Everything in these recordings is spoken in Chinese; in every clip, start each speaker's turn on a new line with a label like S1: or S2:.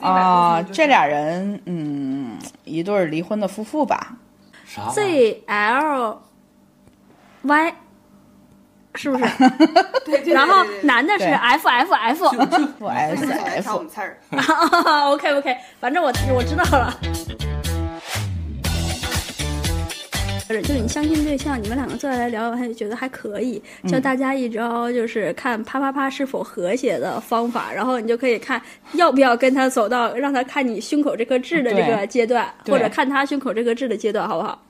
S1: 啊、
S2: 150
S1: 这俩人，嗯，一对儿离婚的夫妇吧
S3: 啥
S2: 哦
S3: 玩意儿
S4: Z L Y，是不是？
S2: 对对对
S4: 然后
S2: 对对对
S4: 男的是
S1: 对
S4: F F F。
S1: ，F
S2: 但
S1: S
S2: 是我来嗯 挑我
S1: F
S2: 们。刺儿，
S4: OK OK，反正我我知道了。就是就是你相亲对象，你们两个坐下来聊，我还觉得还可以。
S2: 嗯
S4: 教大家一招，就是看啪啪啪是否和谐的方法，然后你就可以看要不要跟他走到让他看你胸口这颗痣的
S2: 啊
S4: 这个
S1: 对
S4: 阶段，
S1: 对
S4: 或者看他胸口这颗痣的阶段，好不好？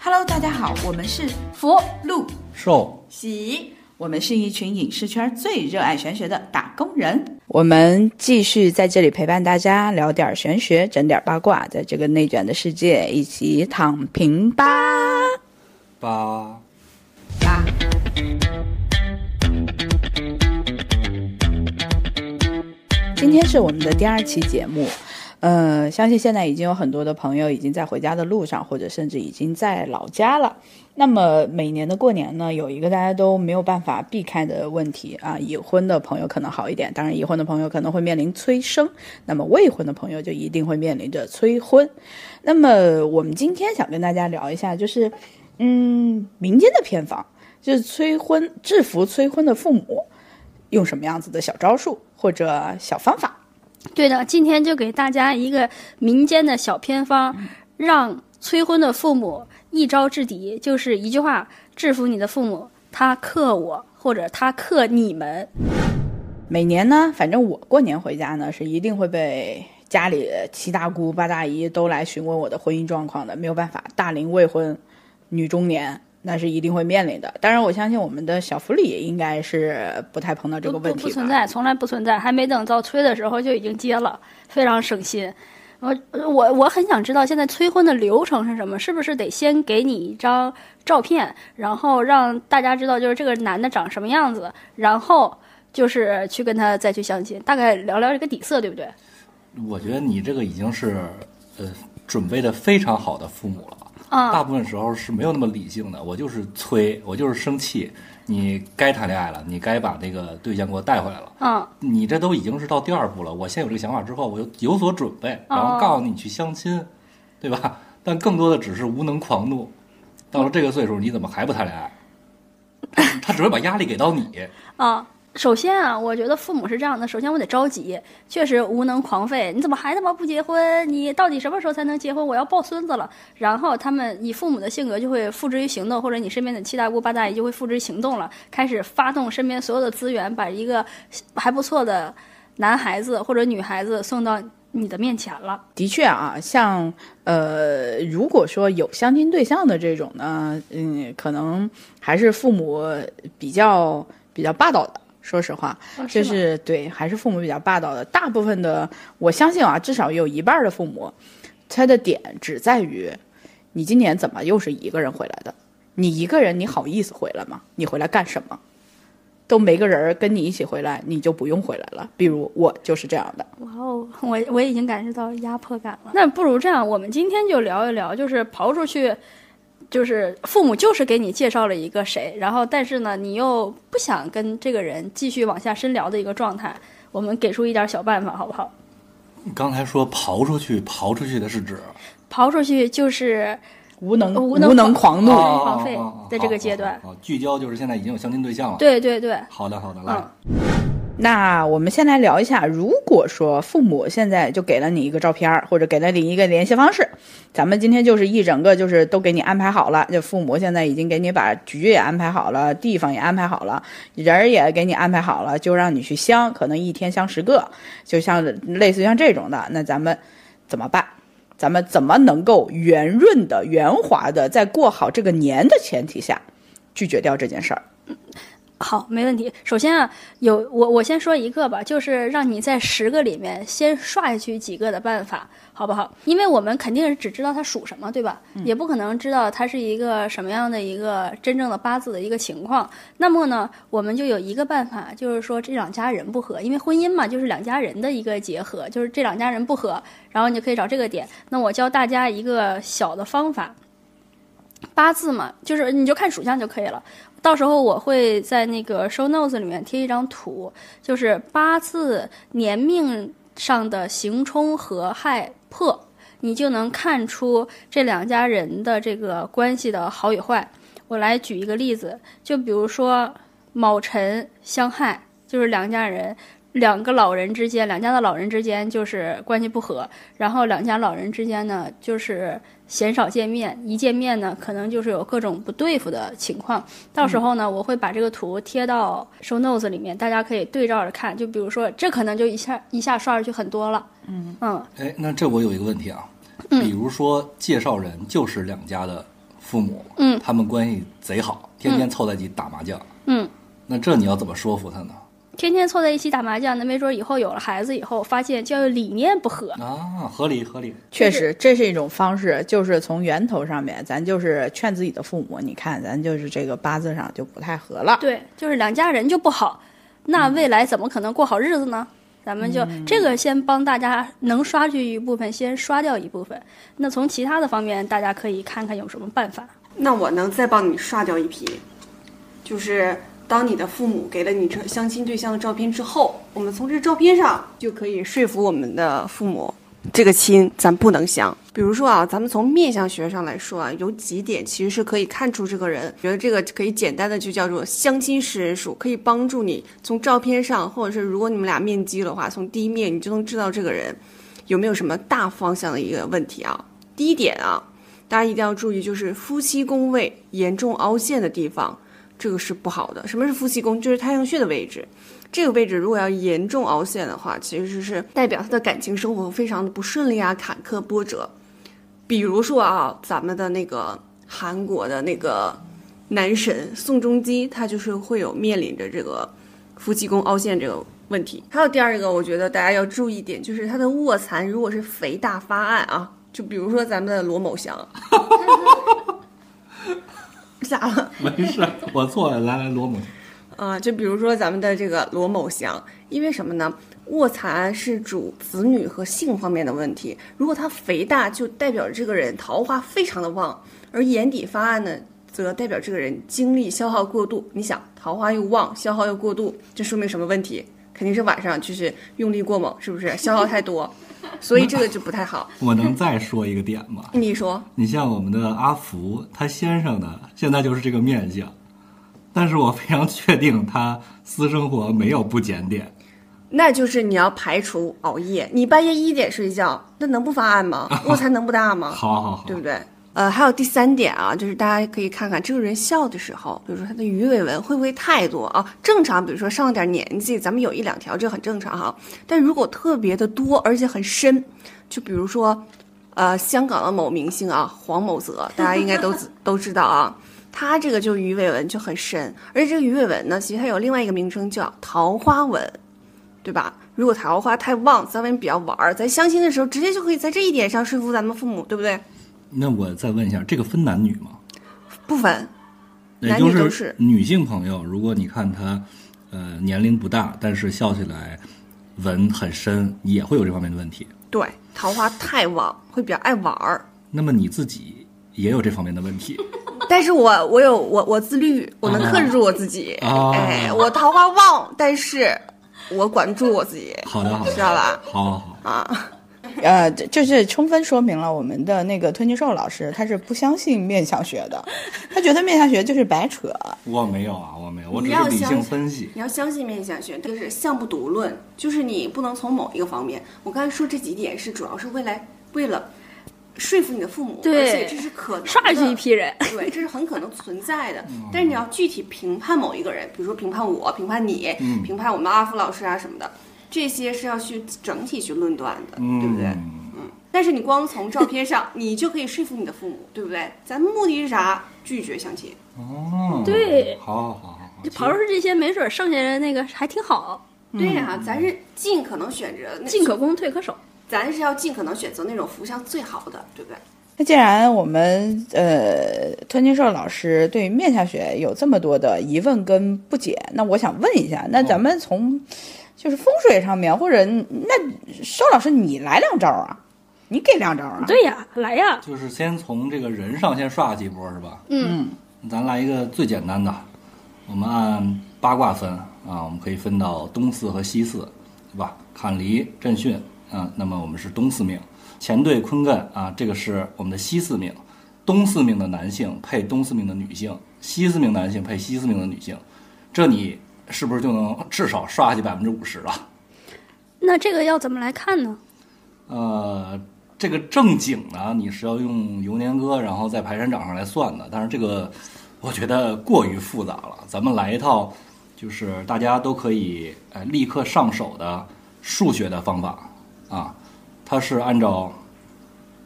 S2: Hello，大家好，我们是
S4: 服。
S2: 陆
S3: 瘦
S2: 喜，我们是一群影视圈最热爱玄学的打工人。
S1: 我们继续在这里陪伴大家，聊点儿玄学，整点儿八卦，在这个内卷的世界，一起躺平吧。
S3: 吧？
S2: 啊，
S1: 今天是我们的第二期节目，呃，相信现在已经有很多的朋友已经在回家的路上，或者甚至已经在老家了。那么每年的过年呢，有一个大家都没有办法避开的问题啊，已婚的朋友可能好一点，当然已婚的朋友可能会面临催生，那么未婚的朋友就一定会面临着催婚。那么我们今天想跟大家聊一下，就是嗯，民间的偏方，就是催婚制服催婚的父母。用什么样子的小招数或者小方法？
S4: 对的，今天就给大家一个民间的小偏方，让催婚的父母一招制敌，就是一句话：制服你的父母，他克我，或者他克你们。
S1: 每年呢，反正我过年回家呢，是一定会被家里七大姑八大姨都来询问我的婚姻状况的，没有办法，大龄未婚，女中年。那是一定会面临的，当然我相信我们的小福利也应该是不太碰到这个
S4: 不
S1: 问
S4: 不
S1: 题
S4: 不存
S1: 吧
S4: 在，从来不存在，还没等到催的时候就已经接了，非常省心。我我我很想知道现在催婚的流程是什么？是不是得先给你一张照片，然后让大家知道就是这个男的长什么样子，然后就是去跟他再去相亲，大概聊聊这个底色，对不对？
S3: 我觉得你这个已经是呃准备的非常好的父母了。
S4: 啊
S3: 大部分时候是没有那么理性的，我就是催，我就是生气。你该谈恋爱了，你该把那个对象给我带回来了。
S4: 嗯，
S3: 你这都已经是到第二步了。我先有这个想法之后，我有有所准备，然后告诉你去相亲，对吧？但更多的只是无能狂怒。到了这个岁数，你怎么还不谈恋爱？他他只会把压力给到你。
S4: 啊，首先啊，我觉得父母是这样的，首先我得着急，确实无能狂吠，你怎么还他妈不结婚？你到底什么时候才能结婚？我要抱孙子了。然后他们以父母的性格就会付之于行动，或者你身边的七大姑八大姨就会付之于行动了，开始发动身边所有的资源，把一个还不错的男孩子或者女孩子送到你的面前了。
S1: 的确啊，像呃，如果说有相亲对象的这种呢，嗯，可能还是父母比较比较霸道的。说实话，就是
S4: 吗
S1: 是对，还是父母比较霸道的。大部分的，我相信啊，至少有一半儿的父母，他的点只在于，你今年怎么又是一个人回来的？你一个人，你好意思回来吗？你回来干什么？都没个人儿跟你一起回来，你就不用回来了。比如我就是这样的。
S4: 哇哦，我我已经感受到压迫感了。那不如这样，我们今天就聊一聊，就是刨出去，就是父母就是给你介绍了一个谁，然后但是呢，你又不想跟这个人继续往下深聊的一个状态，我们给出一点小办法，好不好？
S3: 刚才说刨出去，刨出去的是指
S4: 刨出去就是
S1: 无能
S4: 无能
S1: 狂怒，
S4: 哦荒废在这个阶段
S3: 啊，哦哦哦聚焦就是现在已经有相亲对象了。，
S4: 对对对，
S3: 好的好的，来，
S4: 嗯
S1: 那我们先来聊一下，如果说父母现在就给了你一个照片儿，或者给了你一个联系方式，咱们今天就是一整个就是都给你安排好了，就父母现在已经给你把局也安排好了，地方也安排好了，人儿也给你安排好了，就让你去相，可能一天相十个，就像类似于像这种的，那咱们怎么办？咱们怎么能够圆润的、圆滑的，在过好这个年的前提下，拒绝掉这件事儿？
S4: 好，没问题。首先啊，有我我先说一个吧，就是让你在十个里面先刷下去几个的办法，好不好？因为我们肯定是只知道它属什么，对吧？也不可能知道它是一个什么样的一个真正的八字的一个情况。那么呢，我们就有一个办法，就是说这两家人不合，因为婚姻嘛，就是两家人的一个结合，就是这两家人不合，然后你就可以找这个点。那我教大家一个小的方法，八字嘛，就是你就看属相就可以了。到时候我会在那个 show notes 里面贴一张图，就是八字年命上的刑冲合害破，你就能看出这两家人的这个关系的好与坏。我来举一个例子，就比如说卯辰相害，就是两家人。两个老人之间，两家的老人之间就是关系不和，然后两家老人之间呢，就是鲜少见面，一见面呢，可能就是有各种不对付的情况。到时候呢，我会把这个图贴到 show notes 里面，大家可以对照着看。就比如说，这可能就一下一下刷出去很多了。嗯嗯，
S3: 哎，那这我有一个问题啊，
S4: 嗯
S3: 比如说介绍人就是两家的父母，
S4: 嗯
S3: 他们关系贼好，天天凑在一起打麻将，
S4: 嗯，
S3: 那这你要怎么说服他呢？
S4: 天天凑在一起打麻将，那没准以后有了孩子以后，发现教育理念不合。
S3: 啊，合理合理，
S1: 确实，这是一种方式，就是从源头上面，咱就是劝自己的父母，你看，咱就是这个八字上就不太合了。
S4: 对，就是两家人就不好，那未来怎么可能过好日子呢？咱们就这个先帮大家能刷去一部分，先刷掉一部分。那从其他的方面，大家可以看看有什么办法。
S5: 那我能再帮你刷掉一批，就是当你的父母给了你这相亲对象的照片之后，我们从这照片上就可以说服我们的父母，这个亲咱不能相。比如说啊，咱们从面相学上来说啊，有几点其实是可以看出这个人，觉得这个可以简单的就叫做相亲识人术，可以帮助你从照片上，或者是如果你们俩面基的话，从第一面你就能知道这个人有没有什么大方向的一个问题啊。第一点啊，大家一定要注意，就是夫妻宫位严重凹陷的地方，这个是不好的。什么是夫妻宫？就是太阳穴的位置。这个位置如果要严重凹陷的话，其实是代表他的感情生活非常的不顺利啊，坎坷波折。比如说啊，咱们的那个韩国的那个男神宋仲基，他就是会有面临着这个夫妻宫凹陷这个问题。还有第二个，我觉得大家要注意一点，就是他的卧蚕如果是肥大发暗啊，就比如说咱们的罗某祥， 咋了？
S3: 没事， 我错了，来来罗姆，
S5: 啊，就比如说咱们的这个罗某祥，因为什么呢？卧蚕是主子女和性方面的问题，如果他肥大，就代表这个人桃花非常的旺；而眼底发暗呢，则代表这个人精力消耗过度。你想，桃花又旺，消耗又过度，这说明什么问题？肯定是晚上就是用力过猛，是不是消耗太多？所以这个就不太好。
S3: 我能再说一个点吗？
S5: 你说，
S3: 你像我们的阿福，他先生呢，现在就是这个面相，但是我非常确定他私生活没有不检点。
S5: 那就是你要排除熬夜，你半夜一点睡觉，那能不发暗吗？卧蚕能不大吗？
S3: 好好好
S5: 对，不对？呃，还有第三点啊，就是大家可以看看这个人笑的时候，比如说他的鱼尾纹会不会太多啊？正常，比如说上了点年纪，咱们有一两条，这很正常哈、但如果特别的多，而且很深，就比如说，呃，香港的某明星啊，黄某泽，大家应该都知都知道啊，他这个就鱼尾纹就很深，而且这个鱼尾纹呢，其实它有另外一个名称叫桃花纹，对吧？如果桃花太旺，咱们比较玩儿，咱相亲的时候直接就可以在这一点上说服咱们父母，对不对？
S3: 那我再问一下，这个分男女吗？
S5: 不分，
S3: 也
S5: 男
S3: 就
S5: 女都
S3: 是
S5: 是
S3: 女性朋友，如果你看她，呃，年龄不大，但是笑起来纹很深，也会有这方面的问题。
S5: 对，桃花太旺会比较爱玩儿。
S3: 那么你自己也有这方面的问题
S5: 但是我我有我我自律，我能克制住我自己。
S3: 啊？
S5: 哎，我桃花旺，但是我管得住我自己，
S3: 好的，好的，
S5: 知道吧？
S3: 好好好，
S5: 啊，
S1: 呃，这就是充分说明了我们的那个推金兽老师，他是不相信面相学的，他觉得面相学就是白扯。
S3: 我没有啊，我没有，我只
S5: 你
S3: 是
S5: 要
S3: 理性
S5: 相
S3: 分析。
S5: 你要相信面相学，这是相不独论，就是你不能从某一个方面。我刚才说这几点是主要是为来为了说服你的父母，
S4: 对
S5: 而且这是可能的
S4: 刷出去一批人，
S5: 对，这是很可能存在的。
S3: 嗯
S5: 但是你要具体评判某一个人，比如说评判我、评判你、
S3: 嗯
S5: 评判我们阿福老师啊什么的，这些是要去整体去论断的，对不对？
S3: 嗯。
S5: 但是你光从照片上，你就可以说服你的父母，对不对？咱们目的是啥？拒绝相亲。
S3: 哦，
S4: 对
S3: 好好好好好，
S4: 就刨出这些，没准剩下的那个还挺好，
S3: 嗯
S5: 对呀、咱是尽可能选择那，
S4: 进可攻，退可守。
S5: 咱是要尽可能选择那种福相最好的，对不对？
S1: 那既然我们呃，吞金兽老师对于面相学有这么多的疑问跟不解，那我想问一下，那咱们从就是风水上面，或者那寿老师你来两招啊？你给两招啊？
S4: 对呀，来呀，
S3: 就是先从这个人上先刷几波是吧？
S4: 嗯，
S1: 嗯，
S3: 咱来一个最简单的，我们按八卦分啊，我们可以分到东四和西四，对吧？坎离、震巽，啊，那么我们是东四命，乾兑坤艮啊，这个是我们的西四命，东四命的男性配东四命的女性，西四命男性配西四命的女性，这你是不是就能至少刷下去百分之五十了？
S4: 那这个要怎么来看呢？
S3: 呃，这个正经呢，你是要用流年歌，然后在排山掌上来算的。但是这个我觉得过于复杂了，咱们来一套就是大家都可以呃立刻上手的数学的方法啊，它是按照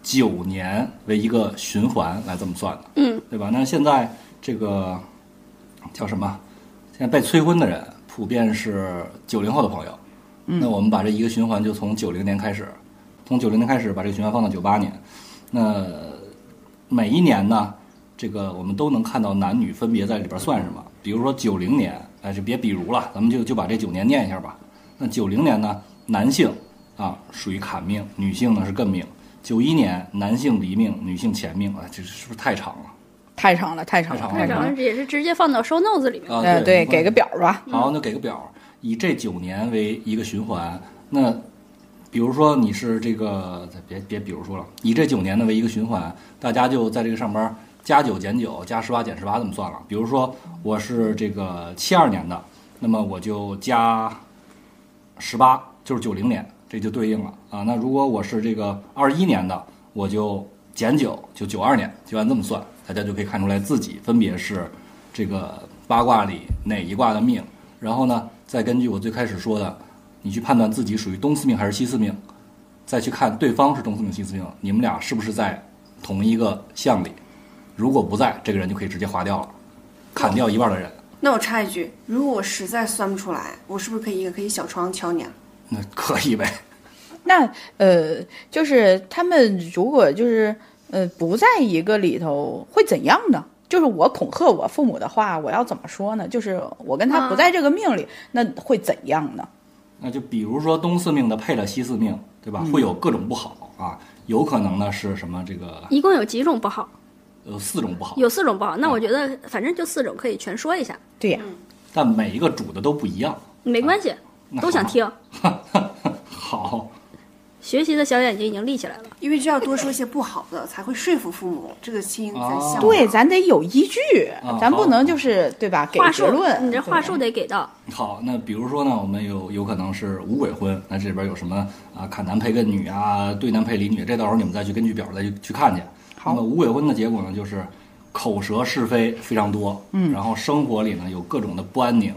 S3: 九年为一个循环来这么算的。
S4: 嗯，
S3: 对吧？那现在这个叫什么？现在被催婚的人普遍是九零后的朋友。那我们把这一个循环就从九零年开始，从九零年开始把这个循环放到九八年。那每一年呢，这个我们都能看到男女分别在里边算什么。比如说九零年，哎，就别比如了，咱们就就把这九年念一下吧。那九零年呢，男性啊属于坎命，女性呢是艮命。九一年，男性离命，女性乾命啊，这是不是太长了？
S1: 太长了，太长了，
S3: 太长
S4: 那
S1: 太
S3: 了
S4: 咱
S1: 长了。
S4: 们也是直接放到 show notes 里面。
S3: 啊，
S1: 呃，对，
S3: 没关系
S1: 给个表儿吧。
S3: 好，那给个表，以这九年为一个循环。那比如说你是这个，别别比如说了，以这九年的为一个循环，大家就在这个上边儿加九减九，加十八减十八这么算了。比如说我是这个七二年的，那么我就加十八，就是九零年，这就对应了啊。那如果我是这个二一年的，我就减九，就九二年，就按这么算，大家就可以看出来自己分别是这个八卦里哪一卦的命，然后呢，再根据我最开始说的，你去判断自己属于东四命还是西四命，再去看对方是东四命西四命，你们俩是不是在同一个象里？如果不在，这个人就可以直接划掉了，砍掉一半的人。
S5: 那我插一句，如果我实在算不出来，我是不是可以也可以小床敲你啊？
S3: 那可以呗，
S1: 那呃，就是他们如果就是呃不在一个里头，会怎样呢？就是我恐吓我父母的话，我要怎么说呢？就是我跟他不
S4: 啊
S1: 在这个命里，那会怎样呢？
S3: 那就比如说东四命的配了西四命，对吧？会有各种不好啊，有可能呢是什么这个
S4: 一共有几种不好？
S3: 有四种不好，
S4: 有四种不好。
S1: 嗯
S4: 那我觉得反正就四种，可以全说一下，
S1: 对呀、
S4: 嗯
S3: 但每一个主的都不一样。
S4: 没
S1: 哦
S4: 关系，
S3: 那
S4: 都想
S3: 好
S4: 听。
S3: 好，
S4: 学习的小眼睛已经立起来了。
S5: 因为就要多说一些不好的，才会说服父母。这个亲咱
S3: 哦
S5: 相
S1: 对，咱得有依据，
S3: 啊
S1: 咱不
S3: 好
S1: 能就是对吧？给
S4: 话
S1: 结
S4: 术，
S1: 论，
S4: 你这
S1: 对
S4: 话
S1: 吧
S4: 术得给到。
S3: 好，那比如说呢，我们有有可能是五鬼婚，那这里边有什么啊砍男配艮女啊，对男配离女，这到时候你们再去根据表再去去看去。
S1: 好
S3: 那么五鬼婚的结果呢，就是口舌是非非常多，嗯，然后生活里呢有各种的不安宁，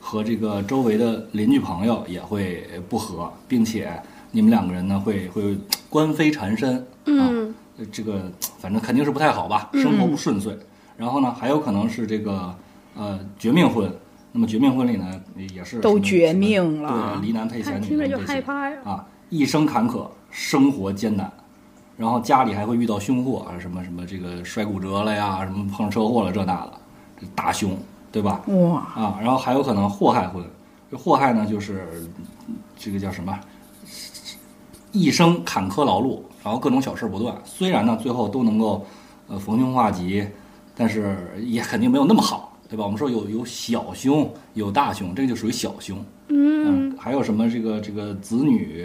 S3: 和这个周围的邻居朋友也会不和，并且你们两个人呢会会官非缠身，啊，
S4: 嗯，
S3: 呃这个反正肯定是不太好吧，
S1: 嗯
S3: 生活不顺遂。然后呢，还有可能是这个呃绝命婚。那么绝命婚里呢，也是
S1: 都
S3: 什么
S1: 绝命
S3: 什
S1: 了
S3: 么对，离男配
S4: 看
S3: 贤，
S4: 听
S3: 女
S4: 着
S3: 男配
S4: 就害
S3: 贤
S4: 怕呀。
S3: 啊，一生坎坷，生活艰难，然后家里还会遇到凶祸，什么什么这个摔骨折了呀，什么碰车祸了这那的，这大凶，对吧？
S1: 哇，
S3: 啊，然后还有可能祸害婚，这祸害呢就是嗯这个叫什么，一生坎坷劳碌，然后各种小事不断。虽然呢最后都能够呃逢凶化吉，但是也肯定没有那么好，对吧？我们说有有小凶，有大凶，这个就属于小凶。嗯，还有什么这个这个子女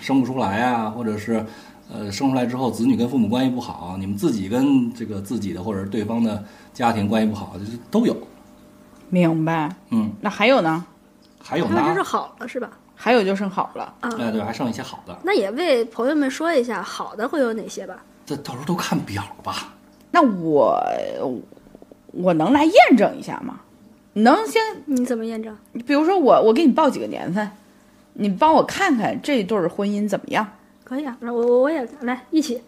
S3: 生不出来啊，或者是呃生出来之后子女跟父母关系不好，你们自己跟这个自己的或者是对方的家庭关系不好，就是都有。
S1: 明白。
S3: 嗯，
S1: 那还有呢？
S3: 还有
S4: 那
S3: 呢
S4: 这是，好了是吧？
S1: 还有就剩好了。
S3: 哎，对，还剩一些好的，
S4: 那也为朋友们说一下好的会有哪些吧。
S3: 这到时候都看表吧。
S1: 那我我能来验证一下吗？能先
S4: 你怎么验证？
S1: 比如说我我给你报几个年份，你帮我看看这对儿婚姻怎么样，
S4: 可以啊，那我我我也来一起。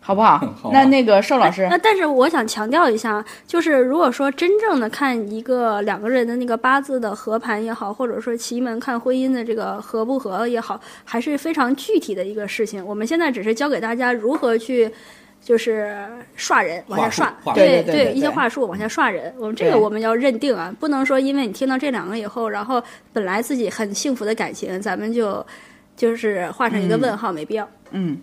S1: 好不好？
S3: 好啊
S1: 那那个寿老师
S4: 哎那，但是我想强调一下，就是如果说真正的看一个两个人的那个八字的合盘也好，或者说奇门看婚姻的这个合不合也好，还是非常具体的一个事情。我们现在只是教给大家如何去。就是刷人往下刷，
S3: 话术话术
S1: 对
S4: 对
S1: 对对
S4: 一些
S1: 对
S4: 话术往下刷人，我们这个
S1: 对
S4: 我们要认定啊，不能说因为你听到这两个以后，然后本
S3: 嗯
S4: 来自己很幸福的感情，咱们就就是画上一个问号，没必要。
S1: 嗯，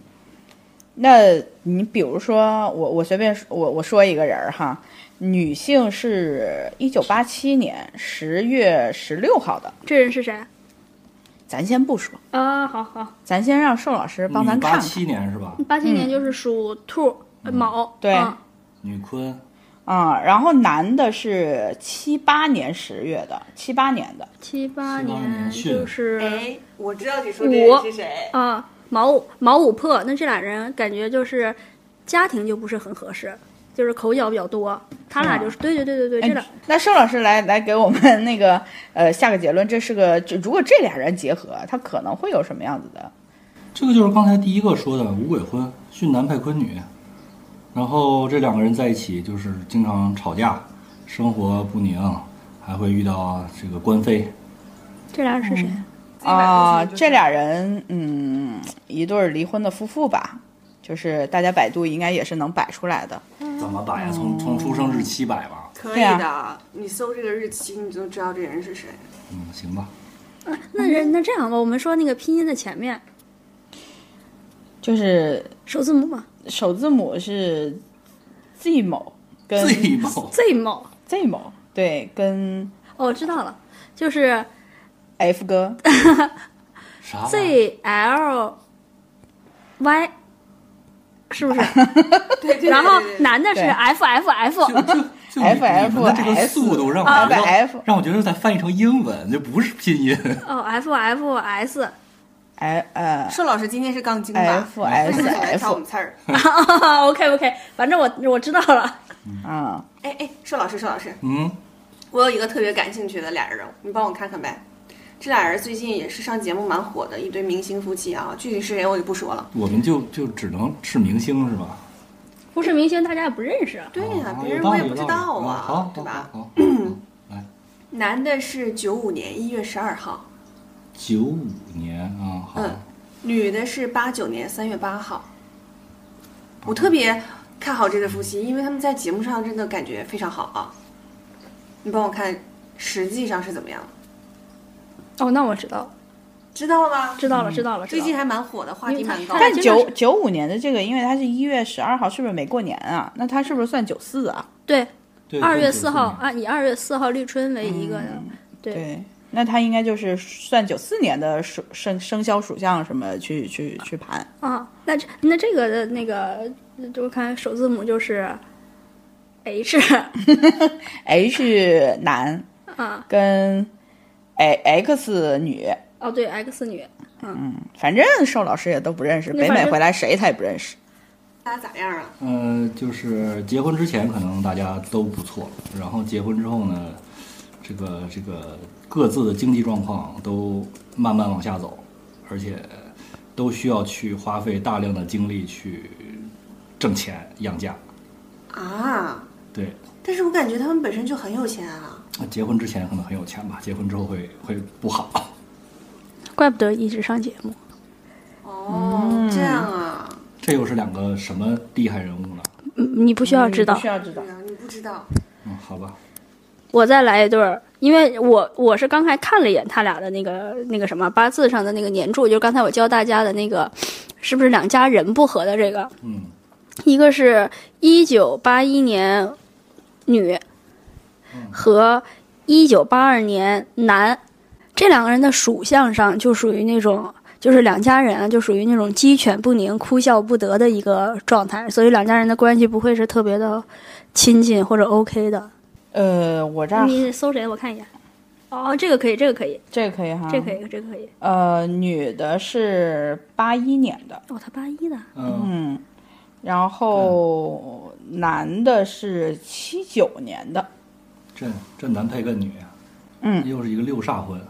S1: 那你比如说，我我随便说我我说一个人儿哈，女性是一九八七年十月十六号的，
S4: 这人是谁？
S1: 咱先不说，
S4: 啊，好好，
S1: 咱先让寿老师帮咱
S3: 嗯八
S1: 看
S3: 七
S1: 看
S3: 年是吧？
S4: 八七
S5: 嗯
S4: 年就是属兔、呃卯，
S1: 对
S4: 嗯
S3: 女坤
S1: 啊、然后男的是七八年十月的，七八年的，
S4: 七八
S3: 78
S4: 年
S3: 年
S4: 就
S3: 汛
S4: 是，
S5: 哎我知道你说
S4: 这人是
S5: 谁，
S4: 啊卯午卯午破，那这俩人感觉就是家庭就不是很合适，就是口角比较多，他俩就是对对对对对，这俩
S1: 哎那寿老师来来给我们 那个呃下个结论，这是个这如果这俩人结合，他可能会有什么样子的？
S3: 这个就是刚才第一个说的五鬼婚，巽男配坤女，然后这两个人在一起就是经常吵架，生活不宁，还会遇到这个官非。
S4: 这俩人是谁？
S1: 啊、这俩人，嗯，一对儿离婚的夫妇吧，就是大家百度应该也是能摆出来的。
S3: 怎么摆呀？啊
S1: 哦
S3: 从从出生日期摆吧。
S5: 可以
S1: 对啊
S5: 的，你搜这个日期，你就知道这人是谁。
S3: 嗯，行吧。
S4: 那人那这样吧，我们说那个拼音的前面
S1: 就是
S4: 首字母嘛
S1: 首字母是 Z 某跟
S3: 自己某
S4: ，Z 卯。
S1: Z 某，对，跟
S4: 哦，我知道了，就是
S1: F 哥，
S3: 啥玩意儿
S4: Z L Y，是不是？
S5: 对对对
S4: 然后
S5: 对对
S4: 男的是
S1: 对
S4: F F F，
S3: 就就就你
S1: F F
S3: 你们的这个
S1: S
S3: 速度让我觉
S1: F
S3: 得
S1: F
S3: 让我觉得在翻译成英文，这不是拼音。
S4: 哦 F F S，
S1: 哎呃
S5: 寿老师今天是杠精吧？
S1: F
S5: 为什
S1: S
S5: 么喜欢跳我
S1: F
S5: 们刺儿？
S4: 啊 OK OK，反正我我知道了，
S1: 啊、
S5: 哎哎，寿老师，寿老师，
S3: 嗯，我
S5: 我有一个特别感兴趣的俩人儿，哦你帮我看看呗。这俩人最近也是上节目蛮火的，一对明星夫妻啊，具体是谁我就不说了。
S3: 我们就就只能是明星是吧？
S4: 不是明星大家也不认识。
S5: 对呀、
S3: 啊
S5: 别人
S3: 有道
S5: 我也
S3: 理
S5: 不知
S3: 有
S5: 道
S3: 道理好
S5: 啊
S3: 好，
S5: 对吧？
S3: 好好好
S5: 男的是九五年一月十二号，
S3: 九五年啊，好，
S5: 嗯女的是八九年三月八号。我特别看好这对夫妻，因为他们在节目上真的感觉非常好啊。你帮我看，实际上是怎么样？
S4: 哦，那我知道了，
S5: 知道了吗？
S4: 知道了，知道了，
S5: 嗯
S4: 知
S5: 最
S4: 道了
S5: 近还蛮火的，话题蛮高
S4: 因为他
S5: 的。
S1: 但
S4: 真的
S1: 九
S4: 是
S1: 九五年的这个，因为它是一月十二号，是不是没过年啊？那它是不是算九四啊？
S4: 对，
S3: 对，
S4: 二月
S3: 对
S4: 四号，啊，以二月四号立春为一个的，
S5: 嗯
S4: 对
S1: 对，那它应该就是算九四年的属生生肖属相什么去去去盘。
S4: 啊，那这那这个的那个，就看首字母就是 H，
S1: H 男
S4: 啊
S1: 跟 A X 女，
S4: 哦对 X 女，
S1: 反正寿老师也都不认识，
S4: 那
S1: 北
S4: 反
S1: 美
S4: 正
S1: 回来谁他也不认识。
S5: 大家咋样啊？
S3: 嗯，呃，就是结婚之前可能大家都不错，然后结婚之后呢，这个这个各自的经济状况都慢慢往下走，而且都需要去花费大量的精力去挣钱养家。
S5: 啊！
S3: 对，
S5: 但是我感觉他们本身就很有钱啊。
S3: 结婚之前可能很有钱吧，结婚之后会会不好。
S4: 怪不得一直上节目。
S5: 哦，这样啊，
S3: 这又是两个什么厉害人物呢？
S4: 嗯，你不需要知道
S1: 需。要知道
S5: 对。啊，你不知道。
S3: 嗯，好吧，
S4: 我再来一对儿，因为我我是刚才看了一眼他俩的那个那个什么八字上的那个年柱，就是刚才我教大家的那个，是不是两家人不合的这个？
S3: 嗯，
S4: 一个是一九八一年女和一九八二年男，这两个人的属相上就属于那种。就是两家人啊，就属于那种鸡犬不宁、哭笑不得的一个状态，所以两家人的关系不会是特别的亲近或者 OK 的。
S1: 呃，我这儿
S4: 你搜谁？我看一眼。哦，这个可以，这个可以，
S1: 这个可以哈，
S4: 这个可以，这个可以。
S1: 呃，女的是八一年的，
S4: 哦，他八一的，
S3: 嗯，
S1: 嗯，然后男的是七九年的，
S3: 这这男配跟女，啊
S1: 嗯，
S3: 又是一个六煞婚。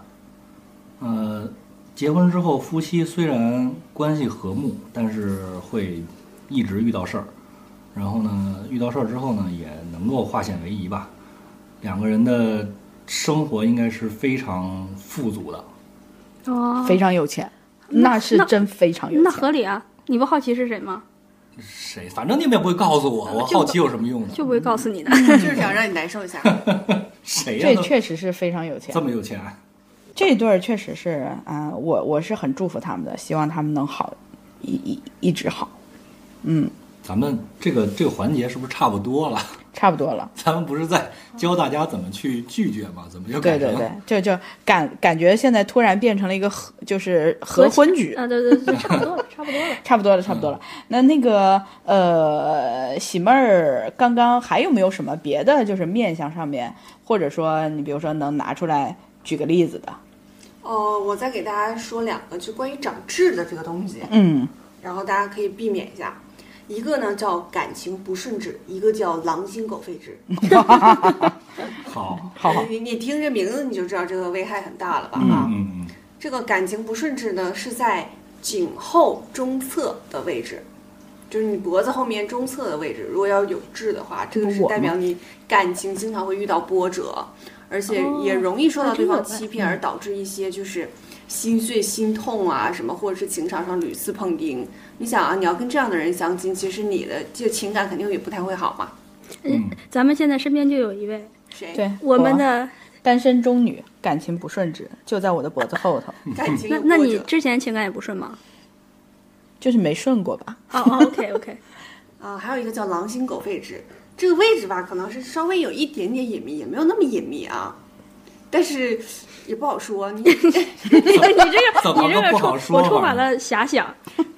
S3: 呃，结婚之后，夫妻虽然关系和睦，但是会一直遇到事儿。然后呢，遇到事儿之后呢，也能够化险为夷吧。两个人的生活应该是非常富足的，
S4: 哦，
S1: 非常有钱，
S4: 那
S1: 是
S4: 那
S1: 真非常有
S4: 那
S1: 钱。
S4: 合理啊。你不好奇是谁吗？
S3: 谁？反正你们也不会告诉我，我好奇有什么用呢？
S4: 就不会告诉你的。
S5: 就是想让你难受一 下。
S3: 谁呀、
S1: 这
S3: 都
S1: 确实是非常有钱
S3: 这，么有钱？啊
S1: 这对儿确实是啊、我我是很祝福他们的，希望他们能好，一一一直好。嗯，
S3: 咱们这个这个环节是不是差不多了？
S1: 差不多了。
S3: 咱们不是在教大家怎么去拒绝吗？怎么就
S1: 对
S3: 改成
S1: 对对，就就感感觉现在突然变成了一个合，就是合婚局，
S4: 啊，对对对，差不多了，差不多了。
S1: 差不多了，差不多了。那那个呃，喜妹儿，刚刚还有没有什么别的，就是面相上面，或者说你比如说能拿出来举个例子的？
S5: 呃，我再给大家说两个，就关于长痣的这个东西，
S1: 嗯，
S5: 然后大家可以避免一下。一个呢叫感情不顺治，一个叫狼心狗肺治。
S3: 好，
S1: 好好，
S5: 你你听这名字你就知道这个危害很大了吧？
S3: 嗯
S5: 啊，
S3: 嗯嗯，
S5: 这个感情不顺治呢是在颈后中侧的位置，就是你脖子后面中侧的位置。如果要有痣的话，这个是
S1: 我吗
S5: 代表你感情经常会遇到波折，而且也容易受到对方欺骗，而导致一些就是心碎、心痛啊什么，或者是情场上屡次碰钉。你想啊，你要跟这样的人相亲，其实你的这个情感肯定也不太会好嘛。
S3: 嗯
S4: 咱们现在身边就有一位
S5: 谁？
S1: 对，
S4: 我们
S1: 果
S4: 的，
S1: 单身中女，感情不顺直，就在我的脖子后头，
S5: 感情
S4: 那
S5: 有
S4: 那
S5: 波
S4: 你
S5: 折
S4: 之前情感也不顺吗？
S1: 就是没顺过吧？
S4: 哦哦，OK OK，
S5: 啊，还有一个叫狼心狗肺痣，这个位置吧，可能是稍微有一点点隐秘，也没有那么隐秘啊，但是也不好说。你
S4: 你这
S3: 怎
S4: 个
S3: 么
S4: 你这
S3: 个
S4: 个
S3: 不
S4: 充
S3: 好说
S4: 我充
S3: 法
S4: 满
S3: 呢
S4: 了遐想。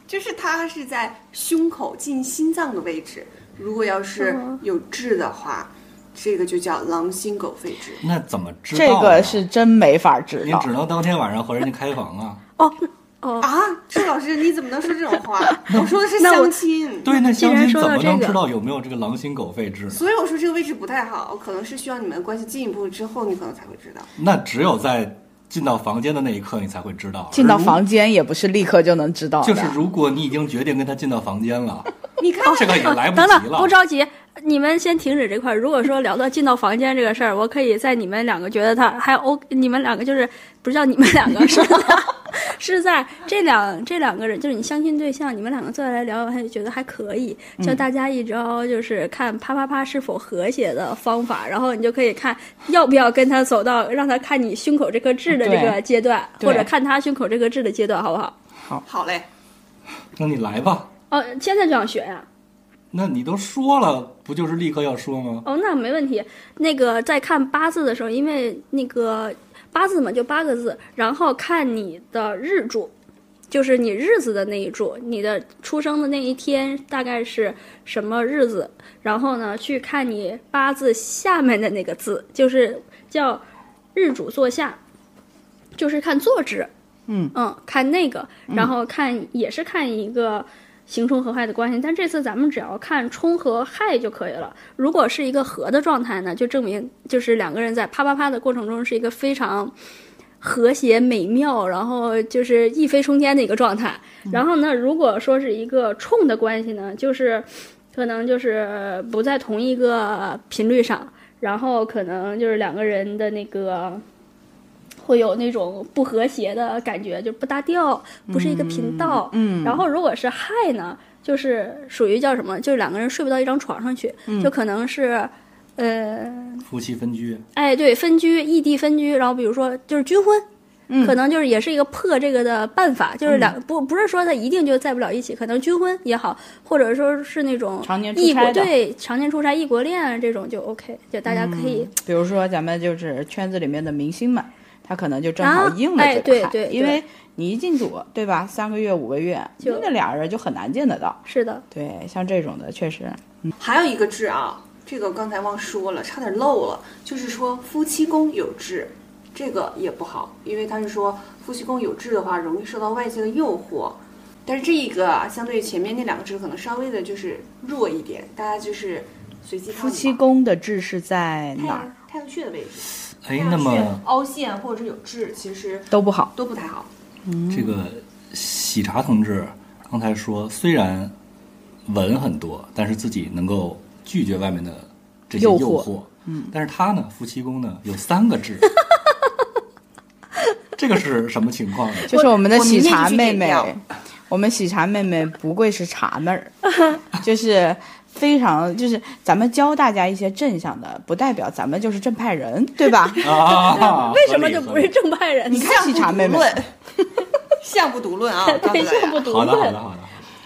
S5: 就是它是在胸口近心脏的位置，如果要是
S4: 嗯
S5: 有痣的话，这个就叫狼心狗肺痣。
S3: 那怎么知道
S1: 这
S3: 呢？
S1: 个是真没法知
S3: 您
S1: 道
S3: 只。能当天晚上和人家开房啊。
S4: 哦哦，
S5: 啊，朱老师，你怎么能说这种话？我说的是
S4: 那我
S5: 相亲，
S3: 对，那
S4: 既
S3: 相
S4: 然
S3: 亲
S4: 说
S3: 怎
S4: 到
S3: 么
S4: 这
S3: 能
S4: 个
S3: 知道有没有这个狼心狗肺之呢？
S5: 所以我说这个位置不太好，可能是需要你们关系进一步之后，你可能才会知道。
S3: 那只有在进到房间的那一刻，你才会知道。
S1: 进到
S3: 而如
S1: 房间也不是立刻就能知道的，
S3: 就是如果你已经决定跟他进到房间了，
S5: 你看，
S3: 这个也
S4: 哦
S3: 来不
S4: 等等
S3: 及，
S4: 不
S3: 了。
S4: 着急，你们先停止这块儿。如果说聊到进到房间这个事儿，我可以在你们两个觉得他还 O，你们两个就是不是叫你们两个是在 是在这两这两个人，就是你相亲对象，你们两个坐下来聊，还觉得还可以，教大家一招就是看啪啪啪是否和谐的方法，然后你就可以看要不要跟他走到让他看你胸口这颗痣的这个
S1: 对
S4: 阶段，
S1: 对
S4: 或者看他胸口这颗痣的阶段，好不好？
S5: 好嘞，
S3: 那你来吧，
S4: 哦，现在就想学呀、
S3: 那你都说了，不就是立刻要说吗？
S4: 哦，那没问题。那个在看八字的时候，因为那个八字嘛，就八个字，然后看你的日柱，就是你日子的那一柱，你的出生的那一天大概是什么日子，然后呢，去看你八字下面的那个字，就是叫日主坐下，就是看坐值。
S1: 嗯
S4: 看那个，然后看、也是看一个刑冲和害的关系，但这次咱们只要看冲和害就可以了。如果是一个和的状态呢，就证明就是两个人在啪啪啪的过程中是一个非常和谐美妙，然后就是一飞冲天的一个状态。然后呢，如果说是一个冲的关系呢，就是可能就是不在同一个频率上，然后可能就是两个人的那个。会有那种不和谐的感觉，就不搭调，不是一个频道。嗯。然后如果是害呢，就是属于叫什么，就是两个人睡不到一张床上去，就可能是，呃，
S3: 夫妻分居，
S4: 哎，对，分居、异地分居，然后比如说就是军婚。可能就是也是一个破这个的办法，就是两、不不是说他一定就在不了一起，可能军婚也好，或者说是那种
S1: 常年出
S4: 异国
S1: 差的
S4: 对常年出差、异国恋啊这种就 OK，就大家可以
S1: 比如说咱们就是圈子里面的明星们，他可能就正好
S4: 啊
S1: 应了
S4: 哎
S1: 这个
S4: 对
S1: 坎
S4: 对对
S1: 因为你一进组，对吧？三个月、五个月，
S4: 就
S1: 那俩人就很难见得到。
S4: 是的，
S1: 对，像这种的确实，
S5: 还有一个痣啊，这个刚才忘说了，差点漏了，就是说夫妻宫有痣，这个也不好，因为他是说夫妻宫有痣的话，容易受到外界的诱惑。但是这一个啊，相对于前面那两个痣，可能稍微的就是弱一点，大家就是随机看吧
S1: 夫妻宫的痣是在
S5: 太
S1: 哪儿
S4: 哎
S5: 阳太阳穴的位置，
S3: 哎
S5: 太，阳
S3: 那
S5: 穴
S3: 么
S5: 凹陷或者是有痣，其实
S1: 都不好。
S5: 都不太好。
S3: 这个
S4: 嗯
S3: 喜茶同志刚才说，虽然文很多，但是自己能够拒绝外面的这些
S1: 诱
S3: 诱
S1: 惑
S3: 嗯，但是他呢，夫妻宫呢有三个 痣，这个是什么情况呢？
S1: 就是我们的
S5: 我
S1: 喜
S5: 明天
S1: 茶
S5: 就去
S1: 妹
S5: 点
S1: 妹
S5: 药，
S1: 我们喜茶妹妹不愧是茶妹 儿，就是非常就是咱们教大家一些正向的，不代表咱们就是正派人，对 吧？
S3: 啊，
S4: 为什么
S3: 合理
S4: 就
S3: 合
S4: 不是
S3: 理
S4: 正派人呢？
S1: 你看喜茶妹妹，
S5: 相不独论啊，我告诉
S4: 对，
S5: 大
S4: 相
S5: 家
S4: 不独
S3: 好的，好
S4: 论
S3: 的，。好的。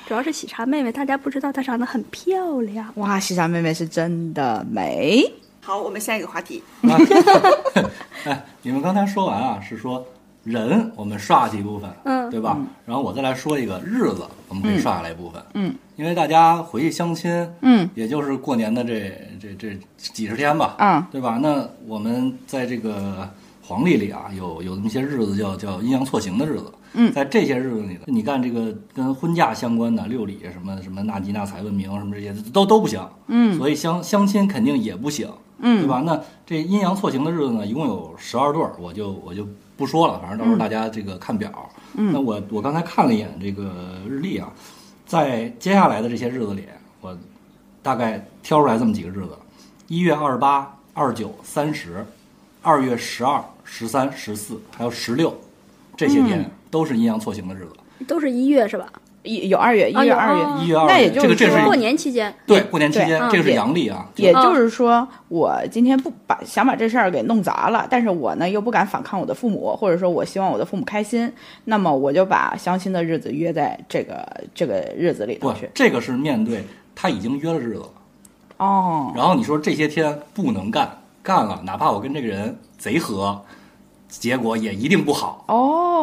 S4: 主要是喜茶妹妹，大家不知道她长得很漂亮。
S1: 哇，喜茶妹妹是真的美。
S5: 好，我们下一个话题。
S3: 哎，你们刚才说完啊，是说人我们刷下去一部分，
S4: 嗯
S3: 对吧？然后我再来说一个日子，我们可以刷下来一部分，
S1: 嗯，
S3: 因为大家回去相亲，
S1: 嗯，
S3: 也就是过年的这这这几十天吧，
S1: 嗯
S3: 对吧？那我们在这个黄历里啊，有有那么些日子叫叫阴阳错行的日子。
S1: 嗯
S3: 在这些日子里呢，你干这个跟婚嫁相关的六礼什么什么纳吉纳财问名什么这些都都不行，
S1: 嗯
S3: 所以相相亲肯定也不行，对
S1: 嗯
S3: 吧？那这阴阳错行的日子呢，一共有十二对儿，我就我就不说了，反正到时候大家这个看表。
S1: 嗯
S3: 那我我刚才看了一眼这个日历啊，在接下来的这些日子里，我大概挑出来这么几个日子：一月二十八、二九、三十，二月十二、十三、十四，还有十六，这些天都是阴阳错行的日子。
S4: 都是一月是吧？
S1: 一有二月，一
S4: 啊
S1: 月
S4: 有
S1: 二月，
S4: 啊
S3: 一月二，
S1: 那也
S3: 这个
S1: 就
S3: 这
S1: 是
S3: 是
S1: 说
S4: 过年期间，
S3: 对过年期间，
S4: 对
S3: 这个是
S1: 嗯
S3: 阳历啊，
S1: 也
S4: 哦
S1: 就是说，我今天不把想把这事儿给弄砸了，但是我呢又不敢反抗我的父母，或者说我希望我的父母开心，那么我就把相亲的日子约在这个这个日子里头
S3: 不
S1: 去。，
S3: 这个是面对他已经约了日子了。
S1: 哦，
S3: 然后你说这些天不能干，干了，哪怕我跟这个人贼合，结果也一定不好。